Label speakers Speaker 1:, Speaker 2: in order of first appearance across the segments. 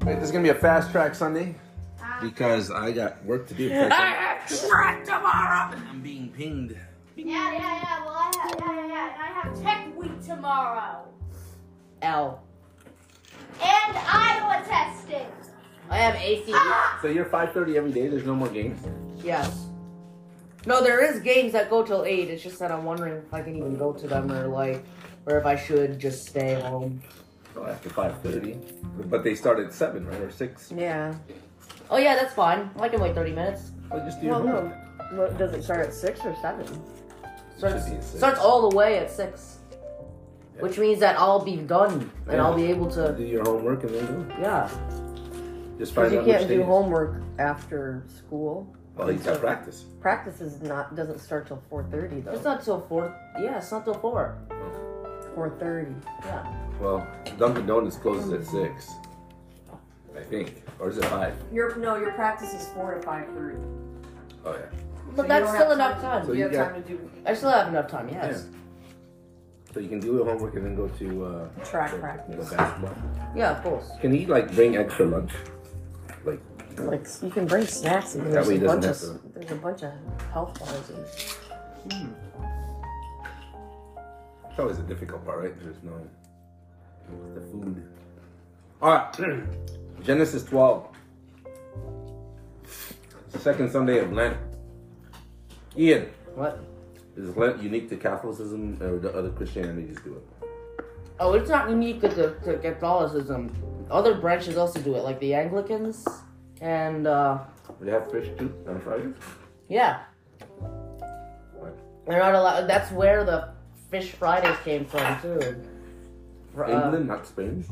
Speaker 1: Right, this is gonna be a fast track Sunday because I got work to do.
Speaker 2: tomorrow.
Speaker 1: I'm being pinged.
Speaker 3: Yeah, yeah, yeah. Well, I have, yeah, yeah, yeah. And I have tech week tomorrow.
Speaker 2: L.
Speaker 3: And Iowa testing.
Speaker 2: I have AC.
Speaker 1: So you're 5:30 every day. There's no more games.
Speaker 2: Yes. No, there is games that go till eight. It's just that I'm wondering if I can even go to them or like, or if I should just stay home.
Speaker 1: Oh, after 5:30, but they start at seven, right, or six.
Speaker 2: Yeah. Oh yeah, that's fine. I can wait thirty minutes.
Speaker 1: Well, just do your
Speaker 4: Well,
Speaker 1: homework.
Speaker 4: no. Well, does it start at six or seven?
Speaker 2: Starts,
Speaker 1: Should be at six.
Speaker 2: starts all the way at six,
Speaker 1: Yeah.
Speaker 2: which means that I'll be done and I'll be able to.
Speaker 1: Do your homework and then go.
Speaker 2: Yeah.
Speaker 1: Just find
Speaker 4: Because you
Speaker 1: out which
Speaker 4: can't
Speaker 1: day
Speaker 4: do
Speaker 1: is-
Speaker 4: homework after school.
Speaker 1: Well, he's got practice.
Speaker 4: Practice is not doesn't start till four thirty
Speaker 2: It's
Speaker 4: though.
Speaker 2: not till four. Yeah, it's not till four.
Speaker 4: Four thirty.
Speaker 2: Yeah.
Speaker 1: Well, Dunkin' Donuts closes at six, I think, or is it five?
Speaker 5: Your no, your practice is four to five thirty.
Speaker 1: Oh yeah.
Speaker 2: But
Speaker 5: you
Speaker 2: that's
Speaker 5: don't
Speaker 2: still
Speaker 5: have
Speaker 2: enough
Speaker 5: time
Speaker 2: time.
Speaker 5: to-
Speaker 1: So
Speaker 5: you,
Speaker 1: you
Speaker 5: have
Speaker 1: got-
Speaker 5: time to do
Speaker 2: I still have enough time. Yes.
Speaker 1: So you can do your homework and then go to uh,
Speaker 5: track
Speaker 1: go-
Speaker 5: practice.
Speaker 1: go basketball.
Speaker 2: Yeah, of course.
Speaker 1: Can he like bring extra lunch?
Speaker 4: Like you can bring snacks. And
Speaker 1: That
Speaker 4: there's
Speaker 1: way
Speaker 4: a
Speaker 1: he doesn't
Speaker 4: bunch of
Speaker 1: have
Speaker 4: there's a bunch of health bars. And,
Speaker 1: It's always a difficult part, right? There's no it's the food. All right, Genesis 12. It's the second Sunday of Lent. Ian,
Speaker 2: What?
Speaker 1: is Lent unique to Catholicism or do other Christianities do it?
Speaker 2: Oh, it's not unique to, to, to Catholicism. Other branches also do it, like the Anglicans and uh,
Speaker 1: Do they have fish too on Fridays?
Speaker 2: yeah, Uh, they're not allowed. That's where the Fish Fridays came from too. Fr- uh,
Speaker 1: England, not Spain.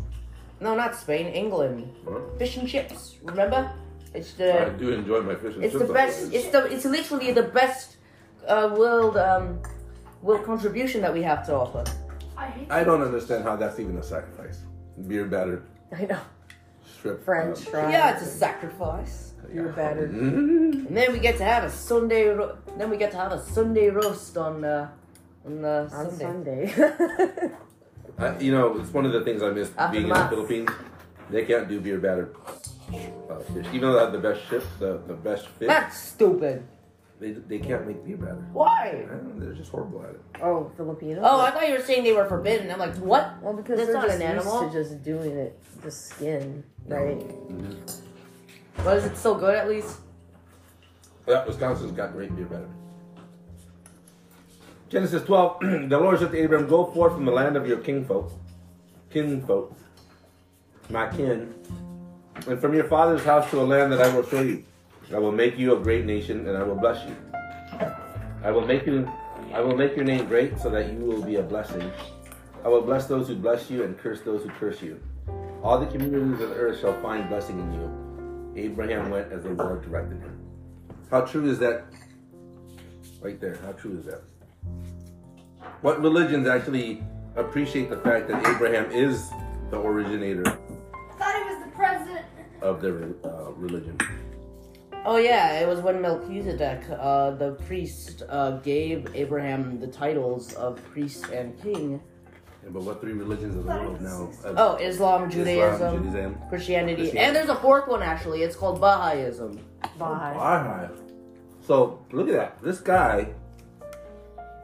Speaker 2: No, not Spain. England.
Speaker 1: Huh?
Speaker 2: Fish and chips. Remember? It's the.
Speaker 1: I do enjoy my fish and
Speaker 2: It's
Speaker 1: chips
Speaker 2: the
Speaker 1: on
Speaker 2: best.
Speaker 1: Fridays.
Speaker 2: It's the. It's literally the best uh, world um, world contribution that we have to offer.
Speaker 3: I hate
Speaker 1: I don't understand how that's even a sacrifice. Beer batter,
Speaker 4: I know.
Speaker 1: strip.
Speaker 4: French
Speaker 1: um,
Speaker 4: fries.
Speaker 2: Yeah, it's a sacrifice.
Speaker 4: You're better.
Speaker 1: Mhm.
Speaker 2: And then we get to have a Sunday. Ro- then we get to have a Sunday roast on uh, on, uh,
Speaker 4: On
Speaker 2: Sunday.
Speaker 4: Sunday.
Speaker 1: I, you know, it's one of the things I miss
Speaker 2: After
Speaker 1: being
Speaker 2: mass.
Speaker 1: in the Philippines. They can't do beer batter uh, fish, even though they have the best ship, the, the best fish.
Speaker 2: That's stupid.
Speaker 1: They, they can't make beer batter. I
Speaker 2: Why?
Speaker 1: don't know, they're just horrible at it.
Speaker 4: oh, Filipino.
Speaker 2: Oh, I thought you were saying they were forbidden. I'm like, what?
Speaker 4: well, because
Speaker 2: that's
Speaker 4: they're
Speaker 2: not
Speaker 4: just
Speaker 2: an
Speaker 4: used
Speaker 2: animal.
Speaker 4: to just doing it, the skin, right?
Speaker 2: But is it still good at least?
Speaker 1: Yeah, Wisconsin's got great beer batter. Genesis 12. the Lord said to Abram, Go forth from the land of your kinfolk, kinfolk, my kin, and from your father's house to a land that I will show you. I will make you a great nation, and I will bless you. I will make you, I will make your name great, so that you will be a blessing. I will bless those who bless you, and curse those who curse you. All the communities of the earth shall find blessing in you. Abraham went as the Lord directed him. How true is that? Right there. How true is that? What religions actually appreciate the fact that Abraham is the originator
Speaker 3: I thought he was the president.
Speaker 1: of their uh, religion?
Speaker 2: Oh yeah, it was when Melchizedek, uh, the priest, uh, gave Abraham the titles of priest and king.
Speaker 1: Yeah, but what three religions of the world now? uh,
Speaker 2: Oh,
Speaker 1: Islam,
Speaker 2: Islam, Judaism,
Speaker 1: Judaism.
Speaker 2: Christianity,
Speaker 1: Christianity.
Speaker 2: and there's a fourth one actually. It's called Baha'ism.
Speaker 4: Bye.
Speaker 1: Alright. So look at that. This guy,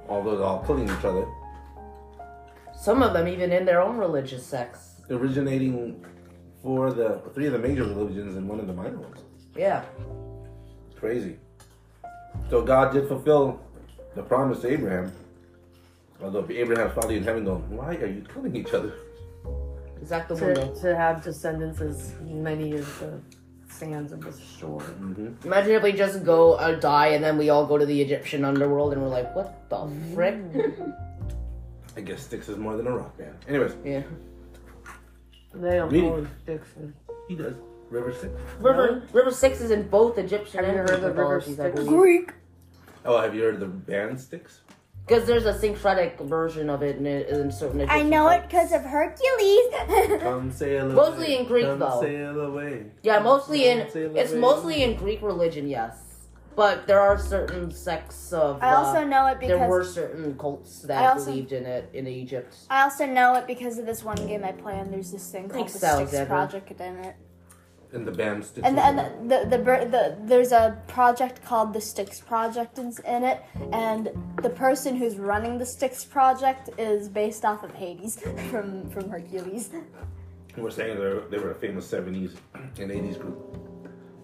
Speaker 1: although they're all killing each other,
Speaker 2: Some of them even in their own religious sects.
Speaker 1: originating for the three of the major religions and one of the minor ones.
Speaker 2: Yeah.
Speaker 1: Crazy. So God did fulfill the promise to Abraham. Although Abraham's father in heaven going, why are you killing each other?
Speaker 2: Exacto
Speaker 4: To,
Speaker 2: mundo.
Speaker 4: to have descendants as many as the sands of the shore.
Speaker 2: Imagine if we just go uh, die and then we all go to the Egyptian underworld and we're like, what the frick?
Speaker 4: Mm.
Speaker 1: I guess sticks is more than a rock, man. Anyways,
Speaker 2: yeah.
Speaker 4: They don't
Speaker 1: Me.
Speaker 4: call it Dixon.
Speaker 1: he does. River sticks.
Speaker 2: River River Six is in both Egyptian
Speaker 4: Have you
Speaker 2: and
Speaker 4: heard of the River
Speaker 2: mythologies, I
Speaker 4: Styx?
Speaker 2: believe.
Speaker 1: Oh, have you heard of the band sticks?
Speaker 2: Because there's a syncretic version of it in, in certain
Speaker 3: I
Speaker 2: Egyptian
Speaker 3: know it
Speaker 2: cults.
Speaker 3: because of Hercules.
Speaker 1: Come sail away.
Speaker 2: Mostly in Greek,
Speaker 1: Come
Speaker 2: though.
Speaker 1: sail away.
Speaker 2: Yeah, mostly in
Speaker 1: Sail
Speaker 2: it's
Speaker 1: away.
Speaker 2: mostly in Greek religion, yes. But there are certain sects of
Speaker 6: I also
Speaker 2: uh,
Speaker 6: know it
Speaker 2: there were
Speaker 6: because
Speaker 2: certain cults
Speaker 6: I
Speaker 2: that
Speaker 6: also-
Speaker 2: believed in it in Egypt.
Speaker 6: I also know it because of this one game I play and there's this thing called
Speaker 2: Thanks,
Speaker 6: the Six
Speaker 2: Alexander.
Speaker 6: Project in it.
Speaker 1: And the band sticks.
Speaker 6: and the,
Speaker 1: with
Speaker 6: and
Speaker 1: it.
Speaker 6: the, the, the, bur- the there's a project called the Sticks Project in, in it, and the person who's running the Sticks Project is based off of Hades from from Hercules.
Speaker 1: We're saying they were, they were a famous 70s and 80s group.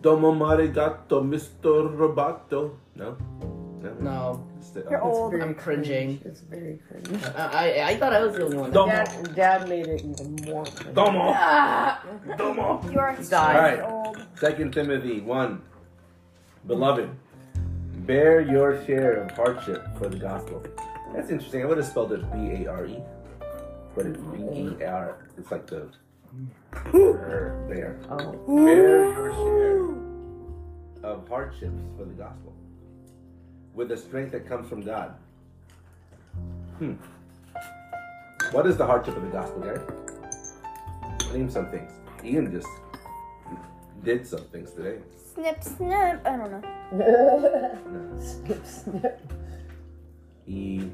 Speaker 1: Domo marigato, Mr. Roboto. No? No?
Speaker 2: No,
Speaker 1: It's the-
Speaker 6: You're
Speaker 4: It's
Speaker 6: old.
Speaker 4: very
Speaker 2: I'm cringing.
Speaker 4: cringe. It's very cringe.
Speaker 2: I, I, I thought I was the only one.
Speaker 1: Don't-
Speaker 4: Dad, Dad made it even more cringe.
Speaker 1: Domo!
Speaker 5: Ah,
Speaker 1: Domo!
Speaker 6: You're
Speaker 1: Alright.
Speaker 6: extremely old.
Speaker 1: Second Timothy 1. Beloved, bear your share of hardship for the gospel. That's interesting. I would have spelled it B A R E, but it's B E R. It's like the. There.
Speaker 2: Oh,
Speaker 1: Bear your share of hardships for the gospel with the strength that comes from God. Hmm. What is the hardship of the gospel, Gary? Name some things. Ian just did some things today.
Speaker 6: Snip, snip. I don't know.
Speaker 4: snip, snip.
Speaker 1: He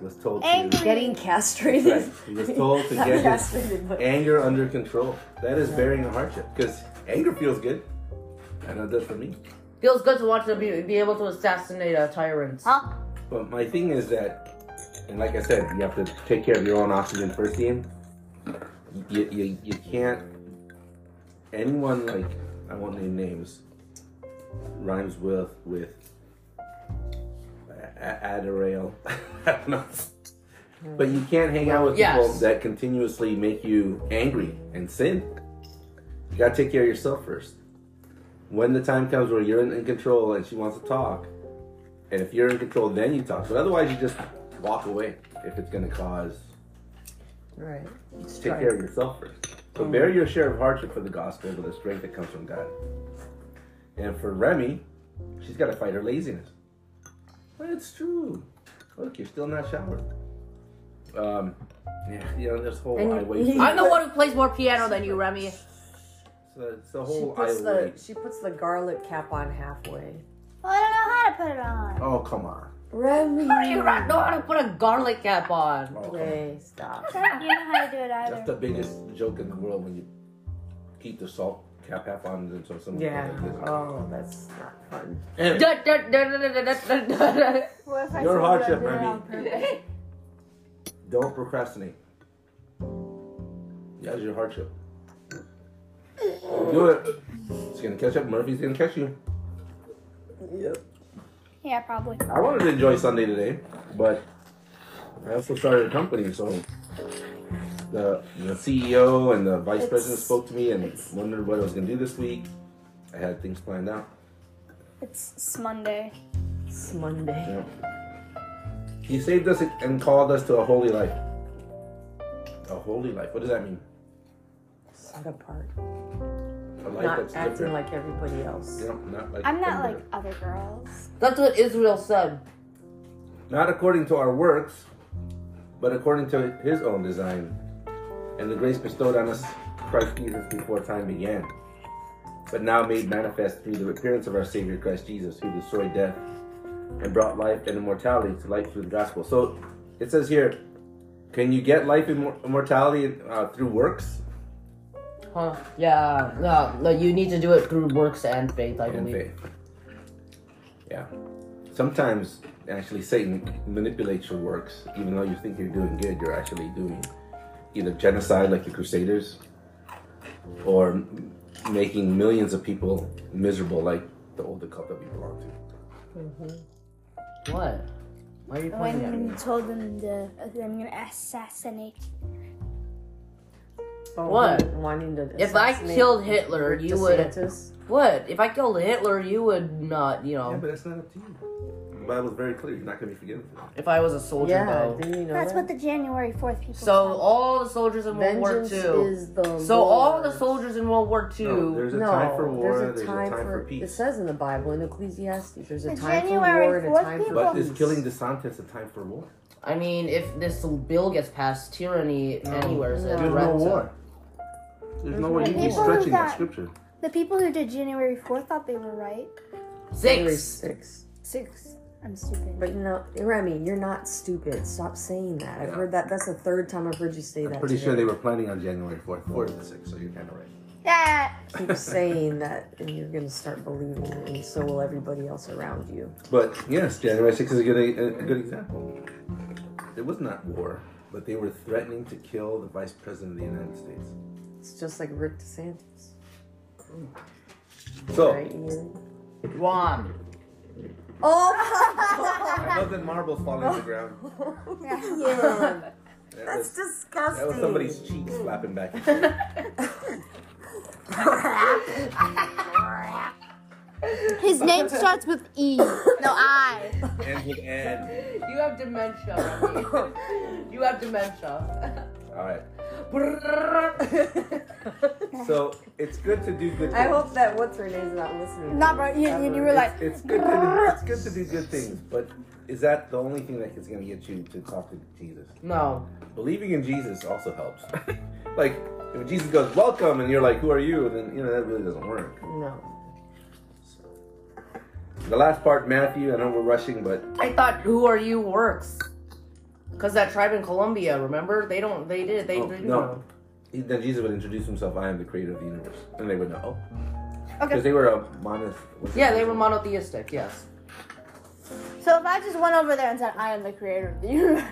Speaker 1: was told to.
Speaker 6: Angry.
Speaker 4: Getting castrated.
Speaker 1: Right. He was told to
Speaker 4: Not
Speaker 1: get his
Speaker 4: castrated, but
Speaker 1: anger under control. That is bearing a hardship because anger feels good. I know it does for me.
Speaker 2: feels good to watch them be, be able to assassinate uh, a tyrant.
Speaker 6: Huh?
Speaker 1: But my thing is that, and like I said, you have to take care of your own oxygen first, Ian. You, you, you can't. Anyone like I won't name names. Rhymes with with. a- a- Adderall. I don't know. But you can't hang out with
Speaker 2: Yes.
Speaker 1: people that continuously make you angry and sin. You gotta take care of yourself first. When the time comes where you're in, in control and she wants to talk, and if you're in control, then you talk. But otherwise, you just walk away if it's going to cause.
Speaker 4: right. Mm-hmm.
Speaker 1: Take care of yourself first. So bear your share of hardship for the gospel with the strength that comes from God. And for Remy, she's got to fight her laziness. But it's true. Look, you're still not showered. Um, yeah, you know this whole
Speaker 4: And you-
Speaker 1: I wait.
Speaker 2: I'm the one who plays more piano than you, Remy.
Speaker 1: So it's the
Speaker 4: She
Speaker 1: whole I
Speaker 4: puts the
Speaker 1: wait.
Speaker 4: she puts the garlic cap on halfway.
Speaker 6: Well, I don't know how to put it on.
Speaker 1: Oh come on.
Speaker 4: Remy.
Speaker 2: How do you not know how to put a garlic cap on?
Speaker 1: Oh, come on.
Speaker 4: Okay, stop.
Speaker 6: You know how to do it
Speaker 1: That's
Speaker 6: either.
Speaker 1: the biggest joke in the world when you keep the salt cap half on and so someone
Speaker 4: Yeah.
Speaker 1: goes like this.
Speaker 4: Oh, that's not fun.
Speaker 1: Anyway.
Speaker 2: Da- da- da- da- da- da- da- da- da- da.
Speaker 6: What if I
Speaker 1: Your
Speaker 6: said that I
Speaker 1: hardship,
Speaker 6: did it
Speaker 1: Remy.
Speaker 6: on purpose?
Speaker 1: Don't procrastinate. That is your hardship. Do it. It's gonna catch up. Murphy's gonna catch you.
Speaker 4: Yep.
Speaker 6: Yeah, probably.
Speaker 1: I wanted to enjoy Sunday today, but I also started a company, so the the CEO and the vice
Speaker 4: It's-
Speaker 1: president spoke to me and wondered what I was gonna do this week. I had things planned out.
Speaker 6: It's it's Monday.
Speaker 4: It's Monday.
Speaker 1: Yeah. He saved us and called us to a holy life. A holy life. What does that mean?
Speaker 4: Set apart.
Speaker 1: A life
Speaker 4: Not
Speaker 1: that's
Speaker 4: acting
Speaker 1: different.
Speaker 4: like everybody else.
Speaker 1: You know, not like
Speaker 6: I'm not
Speaker 1: everybody.
Speaker 6: like other girls.
Speaker 2: That's what Israel said.
Speaker 1: not according to our works, but according to his own design, and the grace bestowed on us Christ Jesus before time began, but now made manifest through the appearance of our Savior Christ Jesus, who destroyed death and brought life and immortality to light through the gospel. So it says here, can you get life and immor- immortality uh, through works
Speaker 2: Huh? Yeah. No, no, you need to do it through works and faith, I
Speaker 1: and
Speaker 2: believe.
Speaker 1: faith? Yeah. Sometimes actually Satan manipulates your works, even though you think you're doing good, you're actually doing either genocide like the Crusaders or m- making millions of people miserable like the older cult that we belong to.
Speaker 2: What? Why are you pointing at
Speaker 6: When
Speaker 2: me?
Speaker 6: you told them to, I'm gonna assassinate.
Speaker 4: Oh,
Speaker 2: What?
Speaker 4: Wanting to
Speaker 2: If I
Speaker 4: assassinate
Speaker 2: killed Hitler,
Speaker 4: Rick
Speaker 2: you would-
Speaker 4: DeSantis.
Speaker 2: What? If I killed Hitler, you would not, you
Speaker 1: Yeah,
Speaker 2: know.
Speaker 1: but that's not up to you. The Bible's very clear. You're not going to be forgiven for that.
Speaker 2: If I was a soldier,
Speaker 4: Yeah,
Speaker 2: though.
Speaker 4: didn't you know
Speaker 6: That's
Speaker 4: that?
Speaker 6: what the January 4th people
Speaker 2: So all the soldiers in World
Speaker 4: Vengeance
Speaker 2: War II.
Speaker 4: is the
Speaker 2: So all the
Speaker 4: Lord's.
Speaker 2: soldiers in World War II.
Speaker 1: No, there's a
Speaker 4: no,
Speaker 1: time for war,
Speaker 4: there's a time, for, It
Speaker 1: peace.
Speaker 4: says in the Bible in Ecclesiastes, there's a
Speaker 6: The
Speaker 4: time for
Speaker 6: January
Speaker 4: war and a
Speaker 6: fourth
Speaker 4: time for
Speaker 1: But
Speaker 4: peace.
Speaker 1: is killing DeSantis a time for war?
Speaker 2: I mean, if this bill gets passed, tyranny anywhere is a
Speaker 4: No.
Speaker 1: There's
Speaker 2: threat
Speaker 1: no
Speaker 2: to-
Speaker 1: war. There's no way you
Speaker 6: People
Speaker 1: keep
Speaker 6: who
Speaker 1: stretching that
Speaker 6: got-
Speaker 1: scripture.
Speaker 6: The people who did January 4th thought they were right.
Speaker 4: January
Speaker 2: Six.
Speaker 4: six.
Speaker 6: Six. I'm stupid.
Speaker 4: But you know, Remy, you're not stupid. Stop saying that. I've heard that. That's the third time I've heard you say
Speaker 1: I'm
Speaker 4: that.
Speaker 1: pretty
Speaker 4: today.
Speaker 1: sure they were planning on January 4th, 4th and 6th, so you're kind of right.
Speaker 6: Yeah.
Speaker 4: Keep saying that, and you're gonna start believing it, and so will everybody else around you.
Speaker 1: But yes, January 6th is a good, a, a good example. It was not war, but they were threatening to kill the vice president of the United States.
Speaker 4: It's just like Rick DeSantis,
Speaker 1: So, Oh.
Speaker 4: right? Ian?
Speaker 2: Juan.
Speaker 6: Oh.
Speaker 1: I love that marbles falling to the ground.
Speaker 4: Ian,
Speaker 1: That
Speaker 4: Oh, that's
Speaker 1: was,
Speaker 4: disgusting.
Speaker 1: that was somebody's cheek slapping back. and forth.
Speaker 6: His name starts with E. No, I.
Speaker 1: Ends with N.
Speaker 2: You have dementia. Remy. you have dementia.
Speaker 1: All right. So it's good to do good. Things.
Speaker 4: I hope that what's her name is not listening.
Speaker 6: Not right. You, you, you were like,
Speaker 1: It's, it's good. To, it's good to do good things, but is that the only thing that is going to get you to talk to Jesus?
Speaker 2: no.
Speaker 1: Believing in Jesus also helps. like if Jesus goes, "Welcome," and you're like, "Who are you?" then you know that really doesn't work.
Speaker 4: no.
Speaker 1: The last part, Matthew. I know we're rushing, but
Speaker 2: I thought "Who Are You" works. Cause that tribe in Colombia, remember? They don't. They did. They
Speaker 1: Oh,
Speaker 2: did.
Speaker 1: no. he- then Jesus would introduce himself. I am the creator of the universe, and they would know.
Speaker 6: okay.
Speaker 1: Because they were a monoth. what's it
Speaker 2: Yeah, they
Speaker 1: called?
Speaker 2: were monotheistic. Yes.
Speaker 6: So if I just went over there and said, I am the creator of the universe.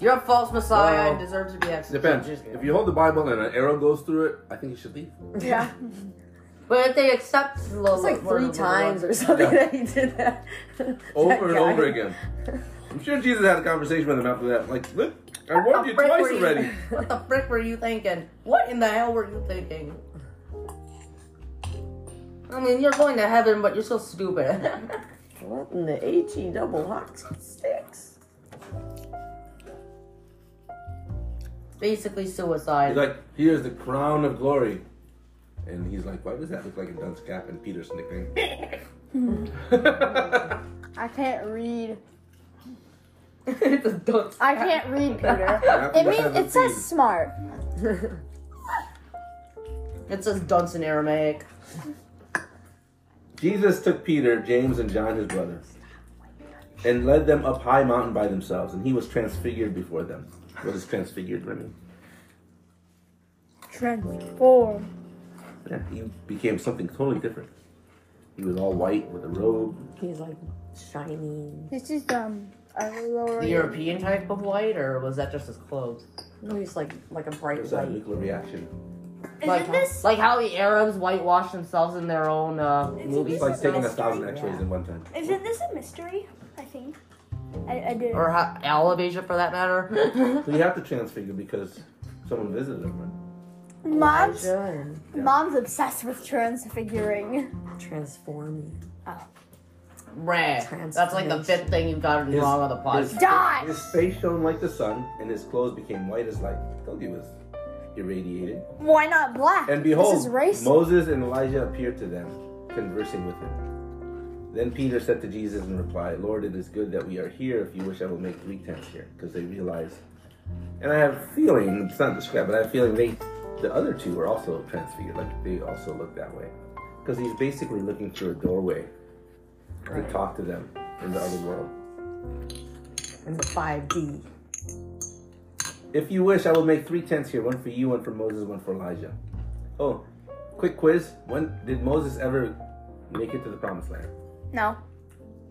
Speaker 2: You're a false messiah
Speaker 1: Well,
Speaker 2: and deserve to be executed.
Speaker 1: Depends. If you hold the Bible and an arrow goes through it, I think you should leave.
Speaker 6: Yeah.
Speaker 2: but if they accept the
Speaker 4: It's like three times or something that he did that. that
Speaker 1: over and
Speaker 4: guy.
Speaker 1: over again. I'm sure Jesus had a conversation with him after that. Like, look, I warned you twice already.
Speaker 2: What the frick were you thinking? What in the hell were you thinking? I mean, you're going to heaven, but you're so stupid.
Speaker 4: What in the H E double hockey sticks?
Speaker 2: Basically, suicide.
Speaker 1: He's like, here's the crown of glory. And he's like, why does that look like a dunce cap and Peter's nickname? I
Speaker 6: I can't read.
Speaker 2: it's a dunce.
Speaker 6: I can't read, Peter.
Speaker 1: Yeah,
Speaker 6: It means it says
Speaker 1: seventeen.
Speaker 6: smart.
Speaker 2: It says dunce in Aramaic.
Speaker 1: Jesus took Peter, James, and John, his brother, and led them up high mountain by themselves, and he was transfigured before them. What is transfigured, Remy?
Speaker 6: Transform.
Speaker 1: Yeah, he became something totally different. He was all white with a robe.
Speaker 4: He's like shiny.
Speaker 6: This is um a lower.
Speaker 2: The European type of white, or was that just his clothes?
Speaker 4: No, he's like like a
Speaker 1: It
Speaker 4: bright
Speaker 1: was a
Speaker 4: light.
Speaker 1: nuclear reaction.
Speaker 2: like,
Speaker 3: Isn't this
Speaker 2: like how the Arabs whitewash themselves in their own uh,
Speaker 3: It's
Speaker 2: movies,
Speaker 1: It's like taking a
Speaker 3: Mystery.
Speaker 1: thousand x-rays in one time.
Speaker 3: isn't this a mystery? I think.
Speaker 6: I, I did.
Speaker 2: or ho- all of Asia for that matter.
Speaker 1: So you have to transfigure because someone visited him. right?
Speaker 6: Mom's
Speaker 4: Good.
Speaker 6: mom's obsessed with transfiguring.
Speaker 4: Transforming.
Speaker 2: Rare. That's like the fifth thing you've gotten
Speaker 1: His-
Speaker 2: wrong on the podcast.
Speaker 1: His,
Speaker 6: Die!
Speaker 1: his face shone like the sun, and his clothes became white as light. I told you it was irradiated.
Speaker 6: Why not black?
Speaker 1: And behold,
Speaker 6: this is racist.
Speaker 1: Moses and Elijah appeared to them, conversing with him. Then Peter said to Jesus in reply, Lord, it is good that we are here. If you wish, I will make three tents here. Because they realized, and I have a feeling, it's not described, but I have a feeling they, the other two were also transfigured. Like, they also looked that way. Because he's basically looking through a doorway to talk to them in the other world.
Speaker 4: In the 5D.
Speaker 1: If you wish, I will make three tents here one for you, one for Moses, one for Elijah. Oh, quick quiz. When did Moses ever make it to the promised land?
Speaker 6: no.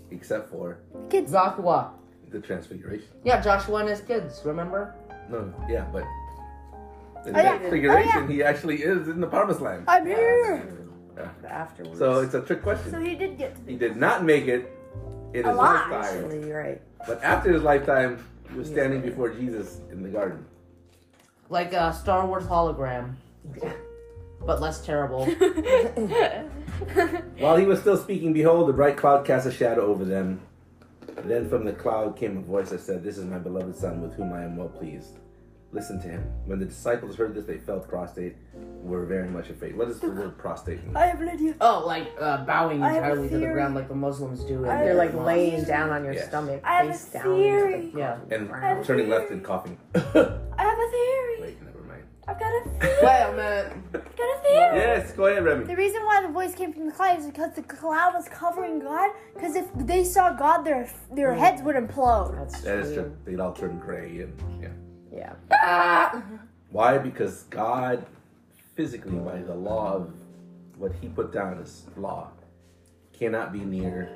Speaker 1: Except for
Speaker 6: Kids.
Speaker 2: Joshua.
Speaker 1: the transfiguration.
Speaker 2: Yeah, Joshua and his kids, remember?
Speaker 1: No, no, yeah, but the
Speaker 6: Oh, yeah.
Speaker 1: transfiguration,
Speaker 6: Oh, yeah.
Speaker 1: he actually is in the promised land.
Speaker 6: I'm here.
Speaker 4: The afterwards.
Speaker 1: So it's a trick
Speaker 3: So
Speaker 1: question.
Speaker 3: he did get to
Speaker 1: He did not make it in his
Speaker 6: Alive.
Speaker 1: lifetime.
Speaker 4: Actually, you're right.
Speaker 1: But after his lifetime, he was standing before Jesus in the garden.
Speaker 2: Like a Star Wars hologram,
Speaker 4: Yeah.
Speaker 2: but less terrible.
Speaker 1: While he was still speaking, behold, the bright cloud cast a shadow over them. Then from the cloud came a voice that said, This is my beloved Son, with whom I am well pleased. Listen to him. When the disciples heard this, they fell prostrate and were very much afraid. What does the word prostrate mean?
Speaker 6: I have an idea.
Speaker 2: oh, like uh, bowing
Speaker 6: I have a
Speaker 2: entirely to the
Speaker 6: theory.
Speaker 2: ground like the Muslims do. in
Speaker 4: You're
Speaker 2: their
Speaker 4: like
Speaker 2: mosques.
Speaker 4: laying down on your
Speaker 1: Yes.
Speaker 4: stomach,
Speaker 6: I have a
Speaker 4: face down.
Speaker 6: theory.
Speaker 2: Yeah.
Speaker 1: And
Speaker 4: Wow.
Speaker 1: turning left and coughing.
Speaker 6: I have a theory.
Speaker 1: Wait, never mind.
Speaker 6: I've got a theory.
Speaker 2: Wait a minute.
Speaker 6: I've got a theory.
Speaker 1: Yes, go ahead, Remy.
Speaker 6: The reason why the voice came from the cloud is because the cloud was covering God. Because if they saw God, their their
Speaker 1: Mm.
Speaker 6: heads would implode.
Speaker 4: That's
Speaker 1: That is true. They'd all turn gray and yeah.
Speaker 2: Ah.
Speaker 4: Yeah.
Speaker 1: Why? Because God physically by the law of what he put down as law cannot be near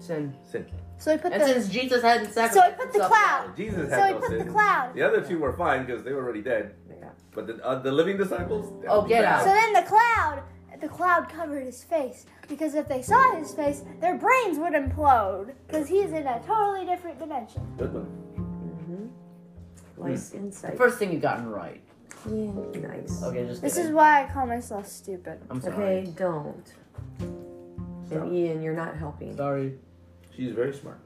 Speaker 2: Sin.
Speaker 1: sin.
Speaker 6: So I put
Speaker 2: And
Speaker 6: the
Speaker 2: since Jesus hadn't
Speaker 6: so I
Speaker 2: sacrificed
Speaker 6: put the
Speaker 2: himself-
Speaker 6: cloud.
Speaker 1: Jesus
Speaker 6: So
Speaker 1: had
Speaker 6: I
Speaker 1: no
Speaker 6: put the
Speaker 1: sin.
Speaker 6: cloud.
Speaker 1: The other two were fine because they were already dead.
Speaker 4: Yeah.
Speaker 1: But the, uh, the living disciples. that
Speaker 2: Oh,
Speaker 1: was
Speaker 2: get
Speaker 1: bad.
Speaker 6: So then the cloud, the cloud covered his face because if they saw his face, their brains would implode because he's in a totally different dimension.
Speaker 1: Good one. Hmm.
Speaker 4: Nice insight.
Speaker 2: First thing you gotten right.
Speaker 4: Yeah, nice.
Speaker 2: Okay, just
Speaker 6: This is
Speaker 2: kidding.
Speaker 6: why I call myself stupid.
Speaker 2: I'm sorry.
Speaker 4: Okay, don't.
Speaker 1: Stop.
Speaker 4: And Ian, you're not helping.
Speaker 2: Sorry.
Speaker 1: She's very smart.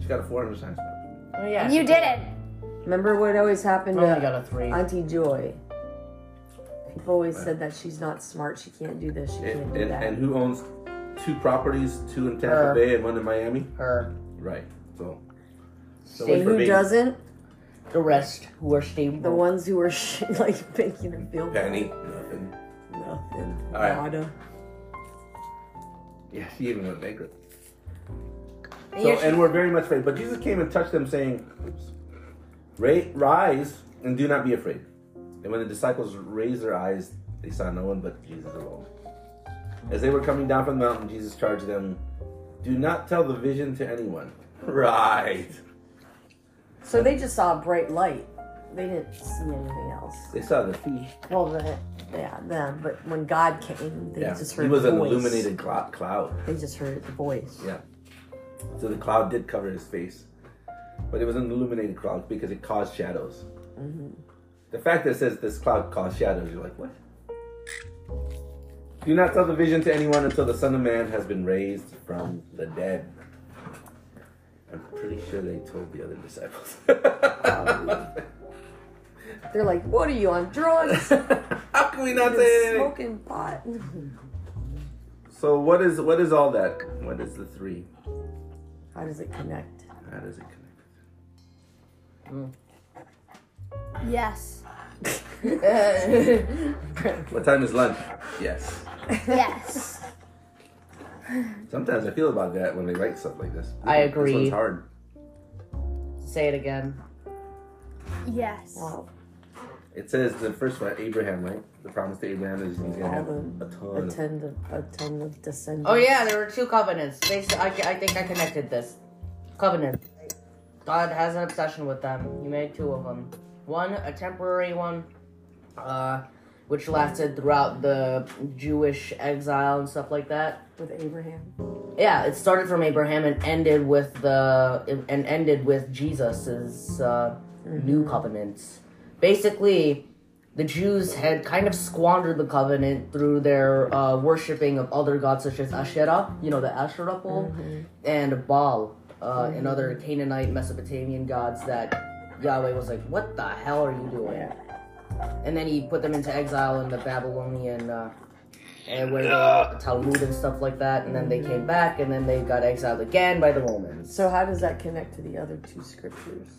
Speaker 1: She got a four on her science. lab.
Speaker 2: Oh, yeah.
Speaker 6: You didn't.
Speaker 4: Remember what always happened
Speaker 2: I
Speaker 1: Oh,
Speaker 4: to
Speaker 2: only got a three.
Speaker 4: Auntie Joy? People always said that she's not smart. She can't do this. She can't
Speaker 1: And,
Speaker 4: do
Speaker 1: and,
Speaker 4: that.
Speaker 1: and who owns two properties, two in Tampa
Speaker 2: Her.
Speaker 1: Bay and one in Miami?
Speaker 2: Her.
Speaker 1: Right. So. So
Speaker 4: And
Speaker 1: wait for
Speaker 4: who
Speaker 1: me.
Speaker 4: doesn't?
Speaker 2: The rest who are stable.
Speaker 4: The ones who are sh- like making her feel
Speaker 1: Penny. Nothing.
Speaker 4: nothing.
Speaker 1: All right.
Speaker 4: Nada.
Speaker 1: Yeah, she even went bankrupt.
Speaker 2: And
Speaker 1: So,
Speaker 2: you're-
Speaker 1: and we're very much afraid. But Jesus came and touched them, saying, "Ra- Rise and do not be afraid. And when the disciples raised their eyes, they saw no one but Jesus alone. As they were coming down from the mountain, Jesus charged them, Do not tell the vision to anyone. Right.
Speaker 4: So they just saw a bright light. They didn't see anything else.
Speaker 1: They saw the feet.
Speaker 4: Well, the, yeah, them. But when God came, they
Speaker 1: Yeah.
Speaker 4: just heard
Speaker 1: He was
Speaker 4: a
Speaker 1: an
Speaker 4: voice.
Speaker 1: illuminated clou- cloud.
Speaker 4: They just heard the voice.
Speaker 1: Yeah. So the cloud did cover his face, but it was an illuminated cloud because it caused shadows. The fact that it says this cloud caused shadows, you're like, what? Do not tell the vision to anyone until the Son of Man has been raised from the dead. I'm pretty sure they told the other disciples.
Speaker 4: They're like, "What are you on drugs?
Speaker 1: How can we not
Speaker 4: You're
Speaker 1: say anything?
Speaker 4: smoking pot."
Speaker 1: So what is what is all that? What is the three?
Speaker 4: How does it connect?
Speaker 1: How does it connect?
Speaker 6: Yes.
Speaker 1: What time is lunch? Yes.
Speaker 6: Yes.
Speaker 1: Sometimes I feel about that when they write stuff like this.
Speaker 2: I
Speaker 1: This one's
Speaker 2: agree.
Speaker 1: hard.
Speaker 2: Say it again.
Speaker 6: yes.
Speaker 4: Wow,
Speaker 1: It says the first one, Abraham, right? The promise to Abraham is he's gonna have a ton.
Speaker 4: a
Speaker 1: of-
Speaker 4: ton of a ton of descendants.
Speaker 2: Oh yeah, there were two covenants. They, s- I, I think I connected this. Covenant. God has an obsession with them. He made two of them. One, a temporary one, uh, which lasted throughout the Jewish exile and stuff like that.
Speaker 4: with Abraham.
Speaker 2: Yeah, it started from Abraham and ended with the and ended with Jesus's uh, new covenants. Basically, the Jews had kind of squandered the covenant through their uh, worshiping of other gods such as Asherah, you know, the Asherah pole, and Baal, uh, and other Canaanite Mesopotamian gods that Yahweh was like, "What the hell are you doing?" And then he put them into exile in the Babylonian. Uh, and where the Talmud and stuff like that, and then they came back, and then they got exiled again by the Romans.
Speaker 4: So how does that connect to the other two scriptures?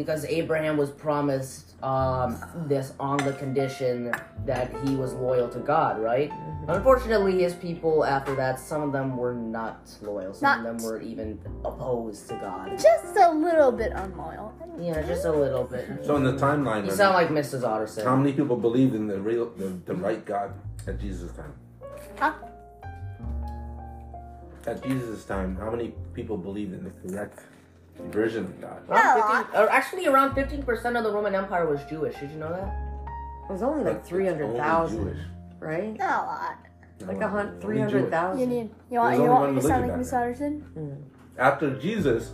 Speaker 2: because Abraham was promised um, this on the condition that he was loyal to God, right?
Speaker 4: Mm-hmm.
Speaker 2: Unfortunately, his people after that, some of them were not loyal. Some of
Speaker 6: Not-
Speaker 2: them were even opposed to God.
Speaker 6: Just a little bit unloyal.
Speaker 2: Yeah, just a little bit.
Speaker 1: So in the timeline,
Speaker 2: You
Speaker 1: of-
Speaker 2: sound like Mrs. Otterson.
Speaker 1: how many people believed in the real, the, the right God at Jesus' time?
Speaker 6: Huh?
Speaker 1: At Jesus' time, how many people believed in the correct version of God?
Speaker 6: Not a
Speaker 2: Around 15 uh, actually, around 15% of the Roman Empire was Jewish. Did you know that?
Speaker 4: It was only like
Speaker 1: it's
Speaker 4: three hundred
Speaker 1: only
Speaker 4: thousand,
Speaker 1: Jewish.
Speaker 4: right?
Speaker 6: Not a lot.
Speaker 4: Like
Speaker 1: No,
Speaker 4: a hundred,
Speaker 1: only
Speaker 4: three hundred
Speaker 6: You
Speaker 4: thousand.
Speaker 6: need. You want.
Speaker 1: There's only
Speaker 6: You
Speaker 1: one
Speaker 6: want me to
Speaker 1: religion
Speaker 6: sound like
Speaker 1: back
Speaker 6: Miss
Speaker 1: then.
Speaker 6: Otterson?
Speaker 1: Jewish. After Jesus,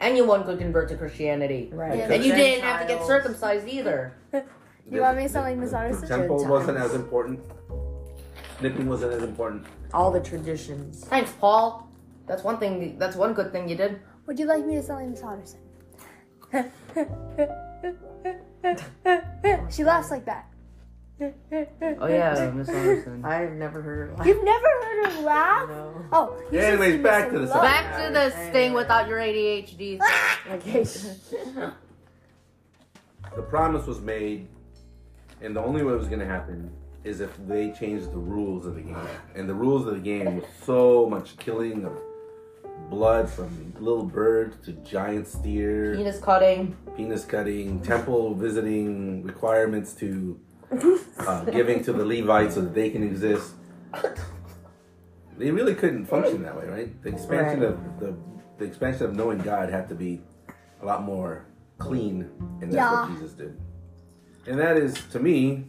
Speaker 2: Anyone could convert to Christianity.
Speaker 4: Right.
Speaker 6: Yeah.
Speaker 2: And you didn't have to get circumcised either.
Speaker 6: You want me to
Speaker 1: the-
Speaker 6: sound like Miss
Speaker 1: the, the
Speaker 6: Otterson?
Speaker 1: temple wasn't
Speaker 4: Gentiles.
Speaker 1: as important. Snipping wasn't as important.
Speaker 4: All the traditions.
Speaker 2: Thanks, Paul. That's one thing. That's one good thing you did.
Speaker 6: Would you like me to sound like Miss Otterson? she laughs like that.
Speaker 2: Oh yeah, Miss Anderson.
Speaker 4: I have never heard of.
Speaker 6: You've never heard her laugh?
Speaker 4: No.
Speaker 6: Oh, you should
Speaker 1: Anyways,
Speaker 6: see
Speaker 1: back
Speaker 6: Miss
Speaker 1: to the
Speaker 6: Lo-
Speaker 1: subject.
Speaker 2: Back to this thing without your ADHD.
Speaker 4: Okay.
Speaker 1: the promise was made, and the only way it was going to happen is if they changed the rules of the game. And the rules of the game was so much killing of blood from little birds to giant steer,
Speaker 2: Penis cutting.
Speaker 1: penis cutting, temple visiting requirements to uh, giving to the Levites so that they can exist. They really couldn't function that way, right? The expansion
Speaker 4: Right.
Speaker 1: of the, the expansion of knowing God had to be a lot more clean, and that's
Speaker 6: Yeah.
Speaker 1: what Jesus did. And that is, to me,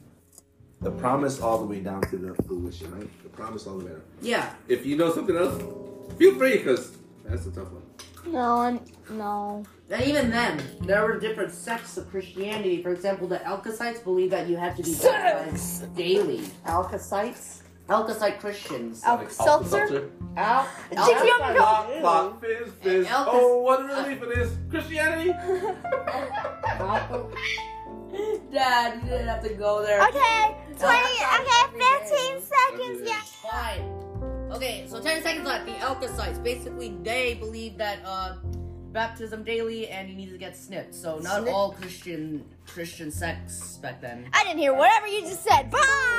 Speaker 1: the promise all the way down to the fruition, right? The promise all the way down.
Speaker 5: Yeah.
Speaker 1: If you know something else, feel free, because that's a tough one.
Speaker 6: No, I'm, no.
Speaker 5: And even then, there were different sects of Christianity. For example, the Alkacites believe that you have to be baptized daily.
Speaker 2: Alka-Sites? Alka-Site Christians.
Speaker 6: Al- Oh, seltzer?
Speaker 2: Al-
Speaker 6: Chicky
Speaker 2: Alka-Site-
Speaker 1: Pop, pop, fizz, fizz.
Speaker 5: Elvis-
Speaker 1: Oh, what a relief it is. Christianity.
Speaker 5: Dad, you didn't have to go there.
Speaker 6: Okay,
Speaker 2: Oh,
Speaker 6: 20, okay, 15
Speaker 1: seconds, yeah.
Speaker 2: Fine. Okay, so 10 seconds left. The Alka-Sites. Basically, they believe that uh, baptism daily and you need to get snipped. So not all Christian Christian sects back then.
Speaker 6: I didn't hear whatever you just said. Bye!